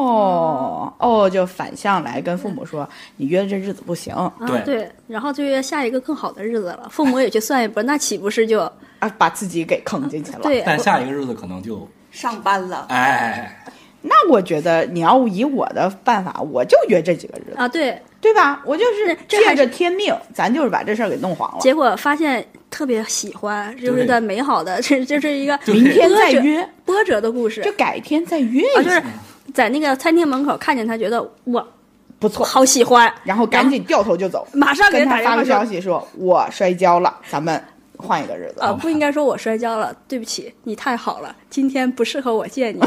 S1: 哦哦，就反向来跟父母说，你约这日子不行
S4: 啊
S3: 对
S4: 然后就约下一个更好的日子了，父母也去算一波，那岂不是就
S1: 啊，把自己给坑进去了。
S4: 对？
S3: 但下一个日子可能就
S5: 上班了，
S3: 哎，
S1: 那我觉得你要以我的办法，我就约这几个日子，
S4: 啊，对，
S1: 对吧？我就是
S4: 这这还
S1: 借
S4: 是
S1: 着天命，咱就是把这事儿给弄黄了。
S4: 结果发现特别喜欢，就
S3: 对
S4: 是在美好的， 这这是一个
S3: 对
S1: 明天再约，
S4: 波折的故事。
S1: 就改天再约
S4: 啊，
S1: 一
S4: 就
S1: 下，
S4: 是在那个餐厅门口看见他，觉得我
S1: 不错。
S4: 好喜欢，
S1: 然后赶紧掉头就走，
S4: 马上给
S1: 跟
S4: 打
S1: 他
S4: 电
S1: 发
S4: 话
S1: 个消
S4: 说。
S1: 息说，我摔跤了，咱们换一个日子。
S4: 啊，不应该说我摔跤了，对不起，你太好了，今天不适合我见你，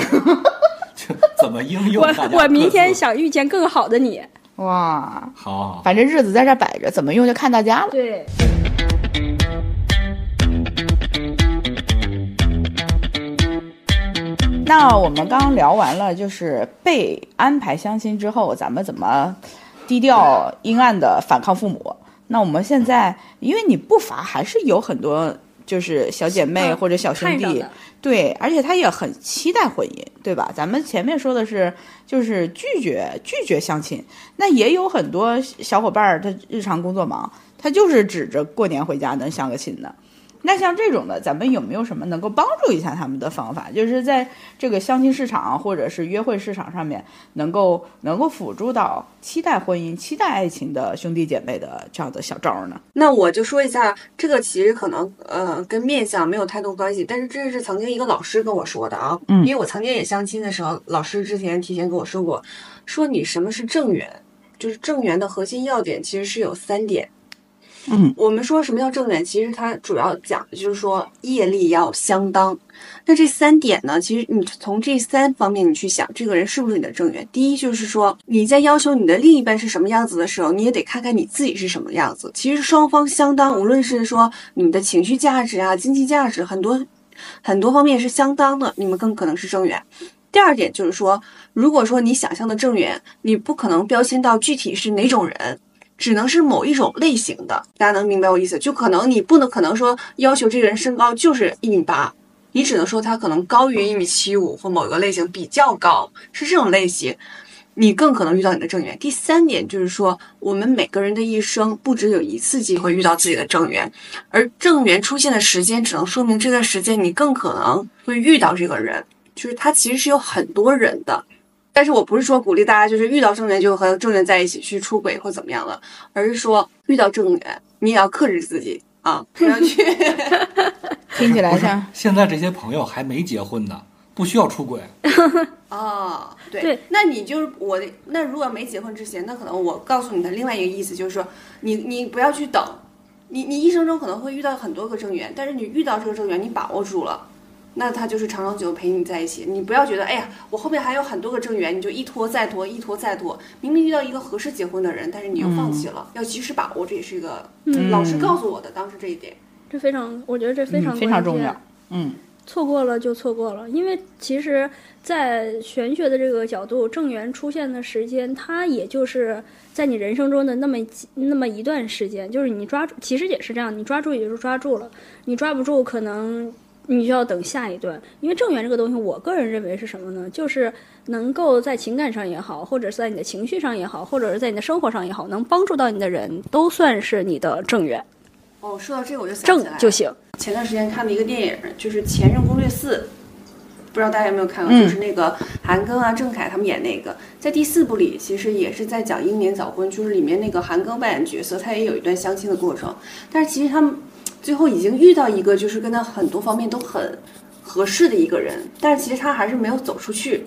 S3: 就怎么应用
S4: 我
S3: 大家
S4: 我明
S3: 各自
S4: 天想遇见更好的你。
S1: 哇，
S3: 好好，好
S1: 反正日子在这儿摆着，怎么用就看大家了。
S4: 对，
S1: 那我们刚刚聊完了，就是被安排相亲之后，咱们怎么低调阴暗的反抗父母？那我们现在，因为你不乏还是有很多就是小姐妹
S4: 嗯
S1: 或者小兄
S4: 看上
S1: 弟，
S4: 的
S1: 对，而且他也很期待婚姻，对吧？咱们前面说的是，就是拒绝拒绝相亲，那也有很多小伙伴儿，他日常工作忙，他就是指着过年回家能相个亲的。那像这种的，咱们有没有什么能够帮助一下他们的方法？就是在这个相亲市场啊或者是约会市场上面，能够能够辅助到期待婚姻、期待爱情的兄弟姐妹的这样的小招儿呢？
S5: 那我就说一下，这个其实可能呃跟面相没有太多关系，但是这是曾经一个老师跟我说的啊，
S1: 嗯
S5: 因为我曾经也相亲的时候，老师之前提前跟我说过，说你什么是正缘，就是正缘的核心要点其实是有三点。
S1: 嗯，
S5: 我们说什么叫正缘，其实它主要讲的就是说业力要相当。那这三点呢，其实你从这三方面你去想，这个人是不是你的正缘？第一就是说，你在要求你的另一半是什么样子的时候，你也得看看你自己是什么样子。其实双方相当，无论是说你的情绪价值啊、经济价值，很多很多方面是相当的，你们更可能是正缘。第二点就是说，如果说你想象的正缘，你不可能标签到具体是哪种人，只能是某一种类型的。大家能明白我意思？就可能你不能可能说要求这个人身高就是一米八，你只能说他可能高于一米七五或某个类型比较高，是这种类型。你更可能遇到你的正缘。第三点就是说，我们每个人的一生不只有一次机会遇到自己的正缘，而正缘出现的时间只能说明这段时间你更可能会遇到这个人。就是他其实是有很多人的，但是我不是说鼓励大家就是遇到正缘就和正缘在一起去出轨或怎么样了，而是说遇到正缘你也要克制自己啊，不要去
S1: 听起来
S3: 不是
S1: 像
S3: 现在这些朋友还没结婚呢，不需要出轨，
S5: 哦，对，
S4: 对
S5: 那你就是我的。那如果没结婚之前，那可能我告诉你的另外一个意思就是说，你你不要去等，你你一生中可能会遇到很多个正缘，但是你遇到这个正缘，你把握住了，那他就是长长久久陪你在一起。你不要觉得，哎呀，我后面还有很多个正缘，你就一拖再拖，一拖再拖。明明遇到一个合适结婚的人，但是你又放弃了，要及时把握，这也是一个、
S4: 嗯
S5: 老师告诉我的当时这一点。
S4: 这非常，我觉得这非常、
S1: 嗯非常重要。嗯，
S4: 错过了就错过了，因为其实，在玄学的这个角度，正缘出现的时间，它也就是在你人生中的那么几那么一段时间，就是你抓住，其实也是这样，你抓住也就抓住了，你抓不住，可能你就要等下一段。因为正缘这个东西，我个人认为是什么呢？就是能够在情感上也好，或者是在你的情绪上也好，或者是在你的生活上也好，能帮助到你的人，都算是你的正缘，
S5: 哦，说到这个我就想
S4: 正
S5: 起来了
S4: 就行。
S5: 前段时间看的一个电影，就是《前任攻略四》，不知道大家有没有看过？啊
S1: 嗯
S5: 就是那个韩庚啊、郑恺他们演那个，在第四部里，其实也是在讲英年早婚，就是里面那个韩庚扮演角色，他也有一段相亲的过程，但是其实他们最后已经遇到一个，就是跟他很多方面都很合适的一个人，但是其实他还是没有走出去。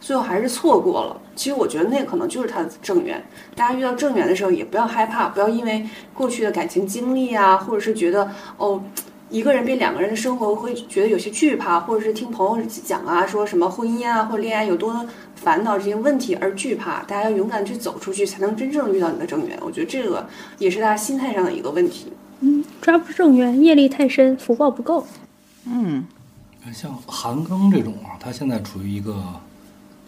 S5: 最后还是错过了。其实我觉得那可能就是他的正缘。大家遇到正缘的时候，也不要害怕，不要因为过去的感情经历啊，或者是觉得哦，一个人变两个人的生活会觉得有些惧怕，或者是听朋友讲啊，说什么婚姻啊或者恋爱有多烦恼这些问题而惧怕。大家要勇敢去走出去，才能真正遇到你的正缘。我觉得这个也是大家心态上的一个问题。
S4: 抓不住正缘，业力太深，福报不够。
S1: 嗯，
S3: 呃像韩庚这种啊，他现在处于一个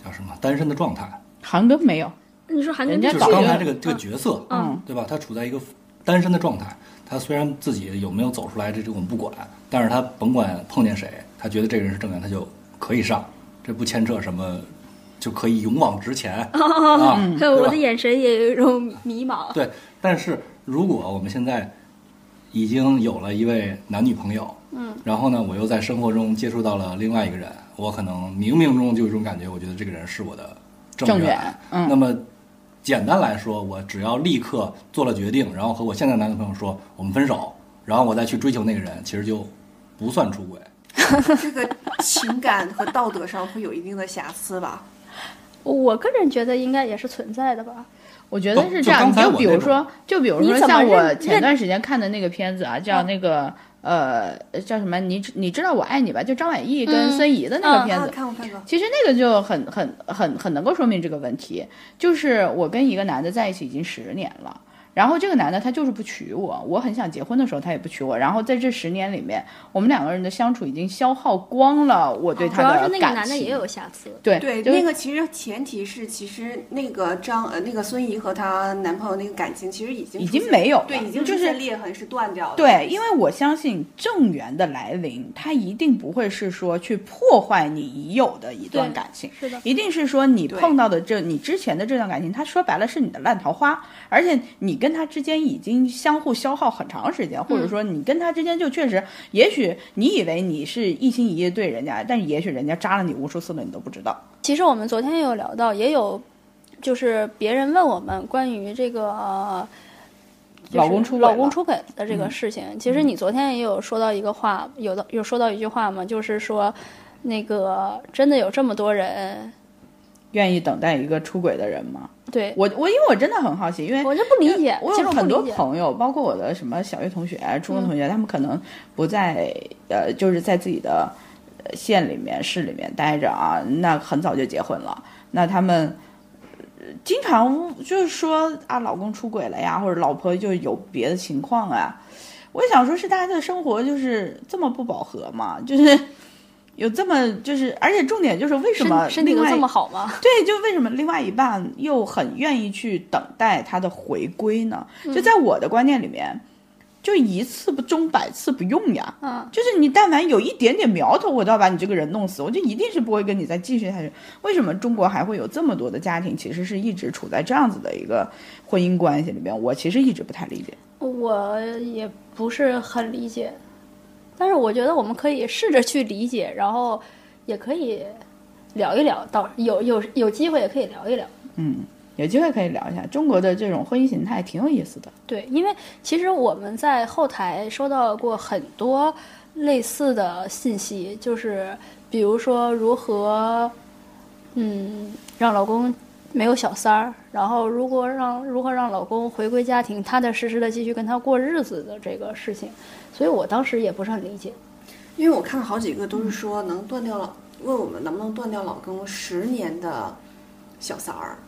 S3: 叫什么单身的状态，
S1: 韩庚没有，
S4: 你说韩庚
S1: 人家
S3: 就
S4: 这
S3: 是
S1: 早
S4: 个
S1: 就
S3: 刚
S4: 人
S3: 才这个这个角色，
S1: 嗯，
S3: 对吧？他处在一个单身的状态，他虽然自己有没有走出来，这这我们不管，但是他甭管碰见谁，他觉得这个人是正缘，他就可以上，这不牵扯什么，就可以勇往直 前、啊，
S4: 对
S3: 对
S4: 我
S3: 吧
S4: 的？眼神也有一种迷茫。
S3: 对，但是如果我们现在已经有了一位男女朋友，嗯，然后呢，我又在生活中接触到了另外一个人，我可能冥冥中就有一种感觉，我觉得这个人是我的
S1: 正
S3: 缘。
S1: 缘嗯
S3: 那么简单来说，我只要立刻做了决定，然后和我现在男朋友说我们分手，然后我再去追求那个人，其实就不算出轨。
S5: 这个情感和道德上会有一定的瑕疵吧？
S4: 我个人觉得应该也是存在的吧。
S1: 我觉得
S3: 不
S1: 是
S3: 哦就
S1: 这样。
S3: 刚
S1: 你
S3: 才
S1: 就
S3: 我
S1: 比
S3: 那
S1: 如
S3: 种
S1: 说，就比如
S4: 你
S1: 说
S4: 怎么
S1: 像我
S4: 认嗯
S1: 前段时间看的那个片子啊，叫那个呃叫什么？你你知道我爱你吧？就张晚意跟
S4: 嗯
S1: 孙怡的那个
S4: 嗯
S1: 片
S5: 啊
S1: 子，，
S5: 看过看过。
S1: 其实那个就很很很很能够说明这个问题，就是我跟一个男的在一起已经十年了。然后这个男的他就是不娶我，我很想结婚的时候他也不娶我。然后在这十年里面，我们两个人的相处已经消耗光了我对
S4: 哦主
S1: 他的
S4: 要
S1: 感
S4: 是
S1: 情。
S4: 那个男的也有瑕疵。
S1: 对
S5: 对，
S1: 就是
S5: 那个其实前提是，其实那个张呃那个孙怡和她男朋友那个感情其实已经
S1: 已
S5: 出
S1: 经
S5: 现
S1: 没有了
S5: 对，已经
S1: 就
S5: 出
S1: 是
S5: 现裂痕是断掉了。
S1: 对，因为我相信正缘的来临，它一定不会是说去破坏你已有的一段
S4: 对
S1: 感情，
S4: 是的
S1: 一定是说你
S5: 对
S1: 碰到的这你之前的这段感情，它说白了是你的烂桃花，而且你跟他之间已经相互消耗很长时间，
S4: 嗯
S1: 或者说你跟他之间就确实，也许你以为你是一心一意对人家，但也许人家扎了你无数次了，你都不知道。
S4: 其实我们昨天也有聊到，也有就是别人问我们关于这个、呃就是
S1: 老公出轨
S4: 老公
S1: 了嗯
S4: 出轨的这个事情。其实你昨天也有说到一个话，有的有说到一句话嘛，就是说那个真的有这么多人，
S1: 愿意等待一个出轨的人吗？
S4: 对
S1: 我我因为我真的很好奇，因为
S4: 我就不理解，嗯
S1: 我
S4: 其实
S1: 有
S4: 我
S1: 很
S4: 不
S1: 多
S4: 理解。
S1: 朋友，包括我的什么小学同学、初中同学，他们可能不在呃，就是在自己的呃县里面、市里面待着啊，那很早就结婚了。那他们呃经常就是说啊，老公出轨了呀，或者老婆就有别的情况啊。我也想说，是大家的生活就是这么不饱和嘛？就是有这么就是，而且重点就是为什么
S4: 身身体
S1: 另
S4: 都
S1: 外
S4: 这么好吗？
S1: 对，就为什么另外一半又很愿意去等待他的回归呢？就在我的观念里面，就一次不中，百次不用呀。
S4: 嗯，
S1: 就是你但凡有一点点苗头，我都要把你这个人弄死，我就一定是不会跟你再继续下去。为什么中国还会有这么多的家庭，其实是一直处在这样子的一个婚姻关系里面？我其实一直不太理解。
S4: 我也不是很理解，但是我觉得我们可以试着去理解，然后也可以聊一聊，到有有有机会也可以聊一聊。
S1: 嗯，有机会可以聊一下中国的这种婚姻形态，挺有意思的。
S4: 对，因为其实我们在后台收到过很多类似的信息，就是比如说如何，嗯，让老公没有小三儿，然后如果让如何让老公回归家庭，踏踏实实的继续跟他过日子的这个事情，所以我当时也不是很理解。
S5: 因为我看了好几个
S4: 嗯
S5: 都是说能断掉老，问我们能不能断掉老公十年的小三儿。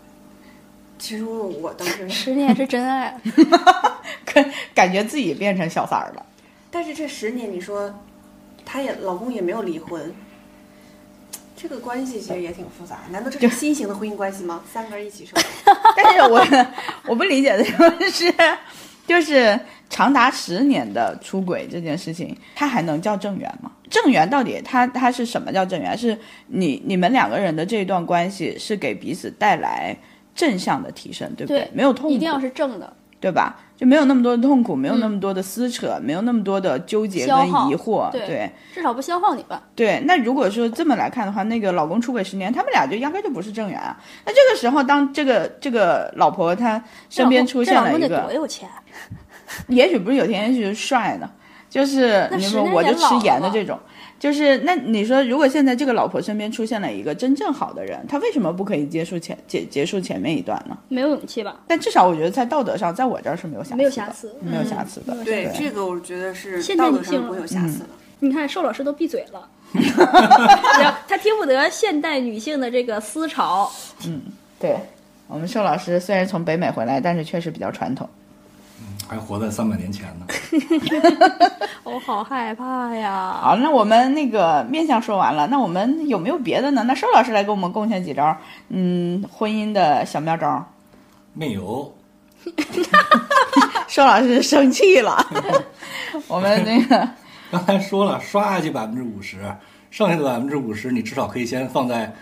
S5: 其实我当时，
S4: 十年是真爱啊，
S1: 感感觉自己变成小三儿了。
S5: 但是这十年你说她也老公也没有离婚，这个关系其实也挺复杂。难道这是新型的婚姻关系吗？三个人一起生活，
S1: 但是我 我不理解的就是，就是长达十年的出轨这件事情，它还能叫正缘吗？正缘到底它它是什么叫正缘？是你你们两个人的这一段关系是给彼此带来正向的提升，对不
S4: 对
S1: 没有痛苦，
S4: 一定要是正的，
S1: 对吧？就没有那么多的痛苦，没有那么多的撕扯，没有那么多的纠结跟
S4: 消耗
S1: 疑惑，
S4: 对
S1: 对
S4: 至少不消耗你吧。
S1: 对，那如果说这么来看的话，那个老公出轨十年，他们俩就压根就不是正缘啊。那这个时候，当这个这个老婆她身边出现
S4: 这老
S1: 了
S4: 公
S1: 一
S4: 这老公得多
S1: 个，
S4: 有钱，啊
S1: 也许不是有天，也许是帅呢，就是
S4: 那
S1: 你
S4: 十
S1: 说
S4: 年
S1: 我
S4: 也
S1: 就吃
S4: 老
S1: 盐的
S4: 了
S1: 这种，就是那你说，如果现在这个老婆身边出现了一个真正好的人，她为什么不可以结束前结结束前面一段呢？
S4: 没有勇气吧？
S1: 但至少我觉得在道德上，在我这儿是没有瑕疵的，
S4: 没有瑕疵
S1: 没有
S4: 嗯
S1: 瑕疵的。
S4: 没有瑕疵
S1: 对
S5: 对，这个我觉得是
S4: 现代
S5: 道
S4: 女
S5: 德上
S4: 性嗯
S5: 不会
S4: 了
S5: 有瑕疵的。
S4: 你看寿老师都闭嘴 了，然后他听不得现代女性的这个思潮，
S1: 对，我们寿老师虽然从北美回来，但是确实比较传统。
S3: 还活在三百年前呢。
S4: 我好害怕呀！
S1: 好，那我们那个面相说完了，那我们有没有别的呢？那寿老师来给我们贡献几招，嗯，婚姻的小妙招。
S3: 没有，
S1: 寿老师生气了， 我们那个
S3: 刚才说了，刷下去百分之五十，剩下的百分之五十你至少可以先放在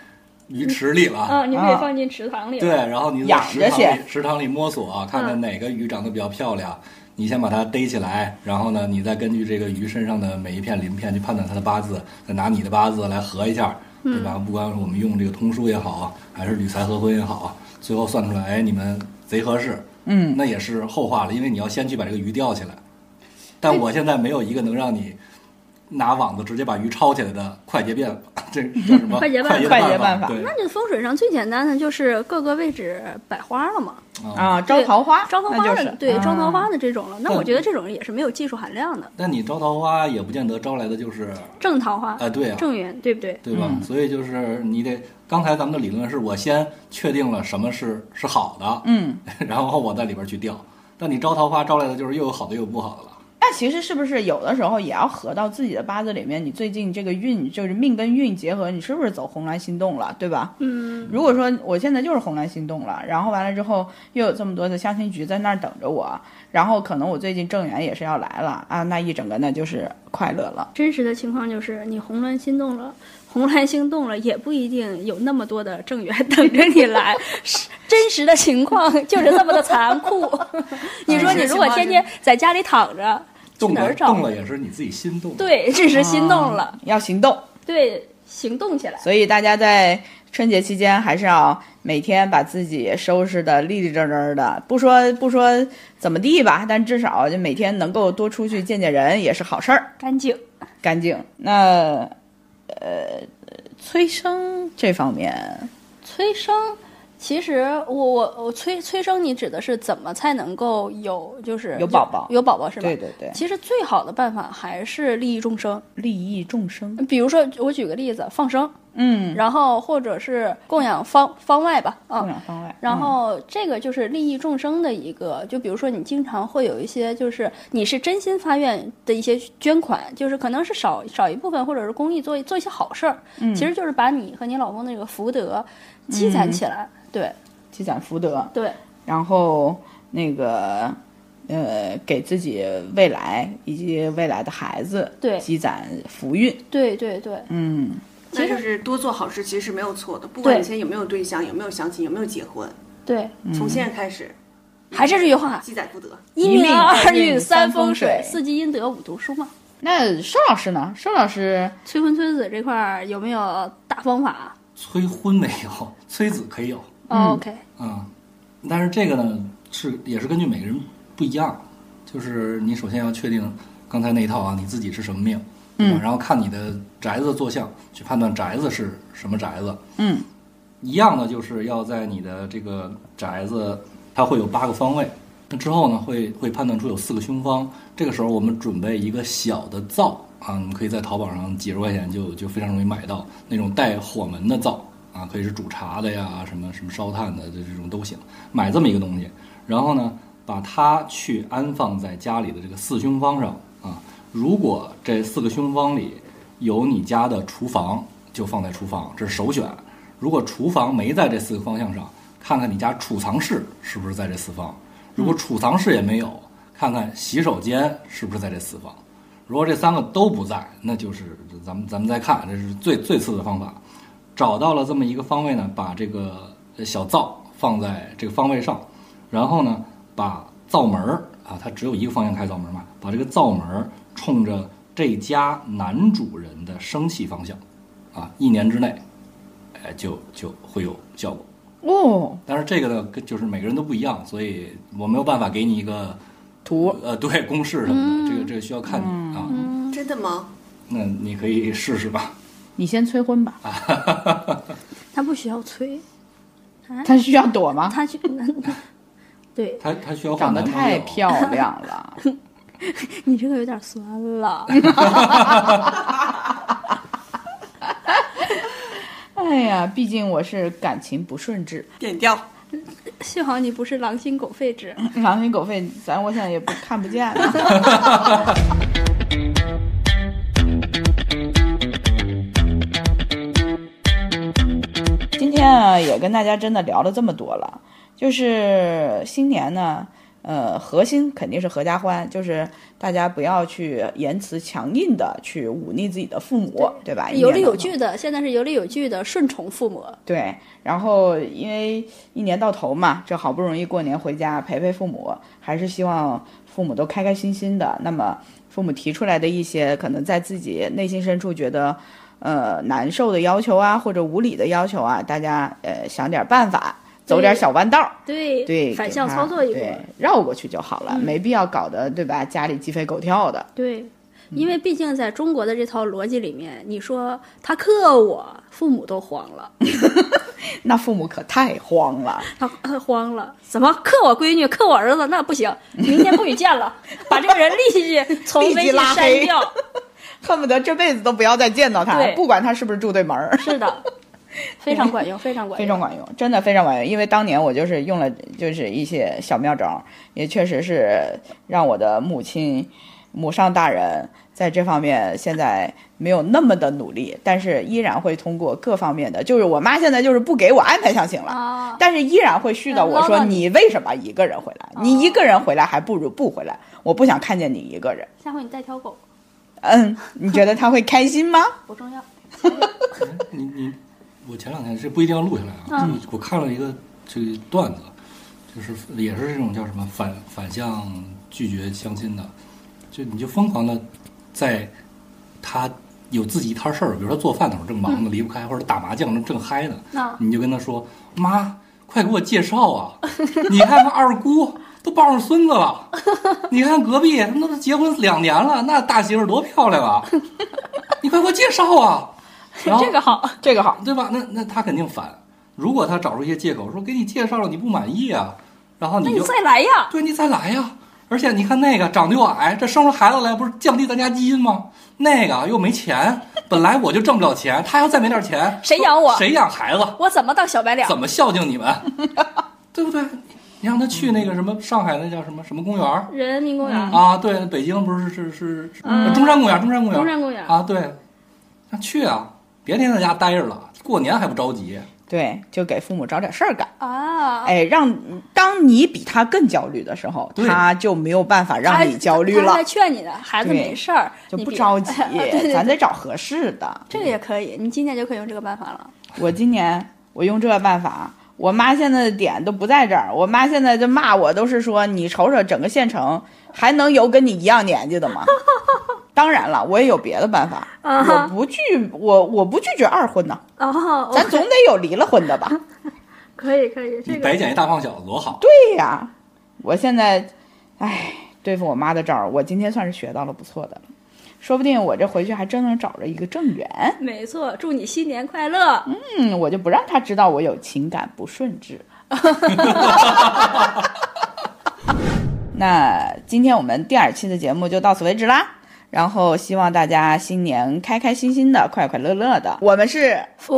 S3: 鱼池里了。
S4: 啊，你可以
S1: 啊
S4: 放进池塘里
S3: 对，
S4: 了。
S3: 然后你在
S1: 养
S3: 池
S1: 着
S3: 塘
S1: 先
S3: 里池塘里摸索、看看哪个鱼长得比较漂亮，你先把它逮起来，然后呢，你再根据这个鱼身上的每一片鳞片去判断它的八字，再拿你的八字来合一下，对
S1: 嗯
S3: 吧？不管是我们用这个通书也好，还是理财合婚也好，最后算出来，哎，你们贼合适，
S1: 嗯，
S3: 那也是后话了，因为你要先去把这个鱼钓起来。但我现在没有一个能让你拿网子直接把鱼抄起来的快捷变，这叫什么？
S4: 快捷办
S3: 办
S4: 法
S1: 快捷办法
S3: 对
S4: 那这风水上最简单的就是各个位置摆花了嘛，
S1: 啊招桃花，
S4: 招桃
S1: 那
S4: 花
S1: 就
S4: 的，
S1: 是
S4: 对，招桃。
S1: 啊
S4: 花的这种了。那
S3: 对
S4: 我觉得这种也是没有技术含量的，
S3: 但你招桃花也不见得招来的就是，
S4: 正桃花
S3: 啊、、对啊，
S4: 正缘，对不对？
S3: 对吧？所以就是你得，刚才咱们的理论是我先确定了什么是是好的，
S1: 嗯，
S3: 然后我在里边去钓。但你招桃花招来的就是又有好的又有不好的了。
S1: 那其实是不是有的时候也要合到自己的八字里面？你最近这个运就是命跟运结合，你是不是走红鸾心动了，对吧？
S4: 嗯，
S1: 如果说我现在就是红蓝心动了，然后完了之后又有这么多的相亲局在那儿等着我，然后可能我最近正缘也是要来了啊，那一整个那就是快乐了。
S4: 真实的情况就是你红鸾心动了，红鸾心动了，也不一定有那么多的正缘等着你来。是真实的情况就是这么的残酷。 你说你如果天天在家里躺着，去
S3: 动
S4: 哪
S3: 了
S4: 儿找？
S3: 动了啊也是你自己心动。，
S4: 对，这是心动了，
S1: 嗯要行动，
S4: 对，行动起来。
S1: 所以大家在春节期间还是要每天把自己收拾的立立正正的，不说不说怎么地吧，但至少就每天能够多出去见见人也是好事儿，
S4: 干净，
S1: 干净。那呃，催生这方面，
S4: 催生。其实我我我催催生，你指的是怎么才能够有就是
S1: 有宝宝
S4: 有宝宝是吧？
S1: 对对对，
S4: 其实最好的办法还是利益众生，
S1: 利益众生，
S4: 比如说我举个例子，放生，
S1: 嗯，
S4: 然后或者是供养方方外吧，
S1: 供
S4: 啊，
S1: 养方外，
S4: 然后这个就是利益众生的一个，就比如说你经常会有一些，就是你是真心发愿的一些捐款，就是可能是少少一部分，或者是公益做做一些好事儿，
S1: 嗯
S4: 其实就是把你和你老公的这个福德积攒起来，对
S1: 积攒福德，
S4: 对，
S1: 然后那个呃，给自己未来以及未来的孩子
S4: 对
S1: 积攒福运，
S4: 对对对，
S1: 嗯，
S5: 那
S4: 其实
S5: 就是多做好事，其实是没有错的。不管你
S4: 对
S5: 现在有没有对象，有没有相亲，有没有结婚，
S4: 对，嗯
S5: 从现在开始
S4: 还是这句话，
S5: 积攒福德。
S4: 一
S1: 命
S4: 命二
S1: 二
S4: 运
S1: 运
S4: 三
S1: 三
S4: 风
S1: 风
S4: 水
S1: 水，
S4: 四积阴德五读书嘛。
S1: 那邵老师呢？邵老师
S4: 催婚催子这块儿有没有大方法、
S3: 催婚没有，催子可以有。
S1: 嗯
S4: 哦 OK，
S3: 啊、但是这个呢是也是根据每个人不一样，就是你首先要确定刚才那一套啊，你自己是什么命，对吧？然后看你的宅子坐向去判断宅子是什么宅子。
S1: 嗯，
S3: 一样的就是要在你的这个宅子，它会有八个方位。那之后呢，会会判断出有四个凶方。这个时候，我们准备一个小的灶啊，你们可以在淘宝上几十块钱就就非常容易买到那种带火门的灶啊，可以是煮茶的呀，什么什么烧炭的这这种都行。买这么一个东西，然后呢，把它去安放在家里的这个四凶方上啊。如果这四个凶方里有你家的厨房就放在厨房，这是首选。如果厨房没在这四个方向上，看看你家储藏室是不是在这四方。如果储藏室也没有，看看洗手间是不是在这四方。如果这三个都不在，那就是咱们咱们再看，这是最最次的方法。找到了这么一个方位呢，把这个呃小灶放在这个方位上，然后呢，把灶门儿啊，它只有一个方向开灶门嘛，把这个灶门儿冲着这家男主人的生气方向，啊，一年之内，哎，就就会有效果。
S1: 哦，
S3: 但是这个呢，跟就是每个人都不一样，所以我没有办法给你一个
S1: 图
S3: 呃对公式什么的，
S1: 嗯
S3: 这个这个需要看你啊，
S5: 真的吗？
S3: 那你可以试试吧。
S1: 你先催婚吧，
S4: 他不需要催，
S1: 他需要躲吗？
S4: 啊他去， 对
S3: 他他需要换
S1: 长得
S3: 男朋友
S1: 太漂亮了，
S4: 你这个有点酸了。
S1: 哎呀，毕竟我是感情不顺治，
S5: 点掉。
S4: 幸好你不是狼心狗肺之。
S1: 狼心狗肺，咱我现在也不看不见了。今天啊，也跟大家真的聊了这么多了，就是新年呢，呃，核心肯定是合家欢，就是大家不要去言辞强硬的去忤逆自己的父母，对吧？一
S4: 有理
S1: 年到
S4: 有
S1: 头
S4: 据的，现在是有理有据的，顺从父母。
S1: 对，然后因为一年到头嘛，这好不容易过年回家陪陪父母，还是希望父母都开开心心的。那么父母提出来的一些可能在自己内心深处觉得呃难受的要求啊，或者无理的要求啊，大家呃想点办法，走点
S4: 对
S1: 小弯道儿，
S4: 对
S1: 对，
S4: 反
S1: 给
S4: 向
S1: 他
S4: 操作一波
S1: 对，绕过去就好了，没必要搞得对吧？家里鸡飞狗跳的，
S4: 对，因为毕竟在中国的这套逻辑里面，你说他克我，父母都慌了，
S1: 那父母可太慌了。
S4: 他他慌了，怎么克我闺女，克我儿子，那不行，明天不许见了， 把这个人立即 从
S1: 立即
S4: 微信
S1: 拉
S4: 删
S1: 黑
S4: 掉。
S1: 恨不得这辈子都不要再见到他，
S4: 对
S1: 不管他是不是住对门儿。
S4: 是的，非常管用，非常管
S1: 非
S4: 用，
S1: 常管用，真的非常管用。因为当年我就是用了，就是一些小妙招，也确实是让我的母亲、母上大人在这方面现在没有那么的努力，但是依然会通过各方面的，就是我妈现在就是不给我安排相亲了，
S4: 啊
S1: 但是依然会絮叨我
S4: 唠
S1: 说
S4: 叨你
S1: 你
S4: 哦
S1: 为什么一个人回来？你一个人回来还不如不回来，我不想看见你一个人。
S4: 下回你带条狗
S1: 嗯，你觉得他会开心吗？
S4: 不 重要。
S3: 你你，我前两天这不一定要录下来啊，
S4: 嗯
S3: 就我看了一个这个段子，就是也是这种叫什么反反向拒绝相亲的，就你就疯狂的在他有自己一摊事儿，比如说做饭的时候正忙
S4: 嗯
S3: 着离不开，或者打麻将正正嗨呢，
S4: 那
S3: 你就跟他说：“妈，快给我介绍啊！你看看二姑都抱上孙子了，你看隔壁他们都结婚两年了，那大媳妇儿多漂亮 啊！你快给我介绍啊！”然后
S4: 这个好，
S1: 这个好，
S3: 对吧？那那他肯定烦。如果他找出一些借口，说给你介绍了你不满意啊，然后
S4: 那
S3: 你
S4: 你
S3: 就
S4: 再来呀。
S3: 对你再来呀。而且你看那个长得又矮，这生出孩子来不是降低咱家基因吗？那个又没钱，本来我就挣不了钱，他要再没点钱，
S4: 谁养我
S3: 谁养孩子？
S4: 我怎么当小 白脸？
S3: 怎么孝敬你们？ 对不对？你让他去那个什么上海那叫什么什么公园儿
S4: 人民公
S1: 嗯
S4: 园、
S3: 啊？对，北京不是是是是
S4: 嗯
S3: 中山公园，中山公园，
S4: 中山公园
S3: 啊？对，那去啊，别天天在家待着了，过年还不着急。
S1: 对，就给父母找点事儿干。
S4: 啊，
S1: 哎，让当你比他更焦虑的时候，
S3: 对
S1: 他就没有办法让你焦虑
S4: 他
S1: 了
S4: 还，劝你呢，孩子
S1: 对
S4: 没事儿，
S1: 就
S4: 你
S1: 不
S4: 别，
S1: 着急
S4: 对对
S1: 咱
S4: 对，
S1: 得找合适的。
S4: 这个也可以，你今年就可以用这个办法了。
S1: 我今年我用这个办法，我妈现在的点都不在这儿，我妈现在就骂我，都是说你瞅瞅整个县城还能有跟你一样年纪的 吗？当然了，我也有别的办法，
S4: 啊
S1: 我
S4: 哈
S1: 不拒我我不拒绝二婚呢，
S4: 哦，
S1: 咱总得有离了婚的吧？
S4: 可以可以，
S3: 你
S4: 这
S3: 白
S4: 个
S3: 捡一大胖小子多好，
S1: 对呀，我现在，哎，对付我妈的招儿，我今天算是学到了不错的了，说不定我这回去还真能找着一个正缘。
S4: 没错。祝你新年快乐！
S1: 嗯，我就不让她知道我有情感不顺治。 那今天我们第二期的节目就到此为止啦，然后希望大家新年开开心心的，快快乐乐的。我们是
S4: 福、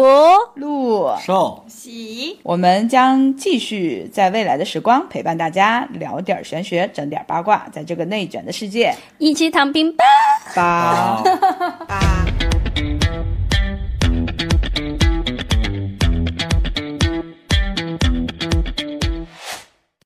S1: 鹿，
S3: 瘦，
S5: 喜，
S1: 我们将继续在未来的时光陪伴大家，聊点儿玄学，整点儿八卦，在这个内卷的世界。
S4: 一起躺平吧。
S1: 八
S3: 啊。
S5: 吧。